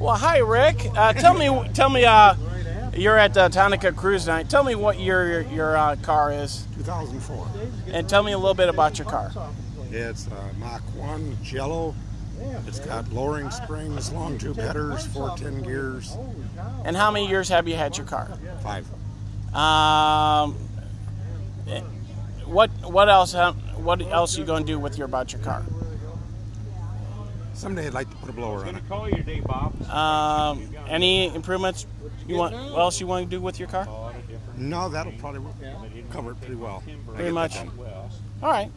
Well, hi, Rick. Uh, tell me, tell me, uh, you're at uh, Tonica Cruise Night. Tell me what year your, your uh, car is, 2004. and tell me a little bit about your car. It's uh, Mach 1, it's yellow. It's got lowering springs, long tube headers, 410 gears, And how many years have you had your car? five. Um, eh, what what else? huh, What else you gonna do with your about your car? Someday I'd like to put a blower on it. Call your day, Bob. Um, any improvements you want? What else you want to do with your car? No, that'll probably cover it pretty well. Pretty much. All right.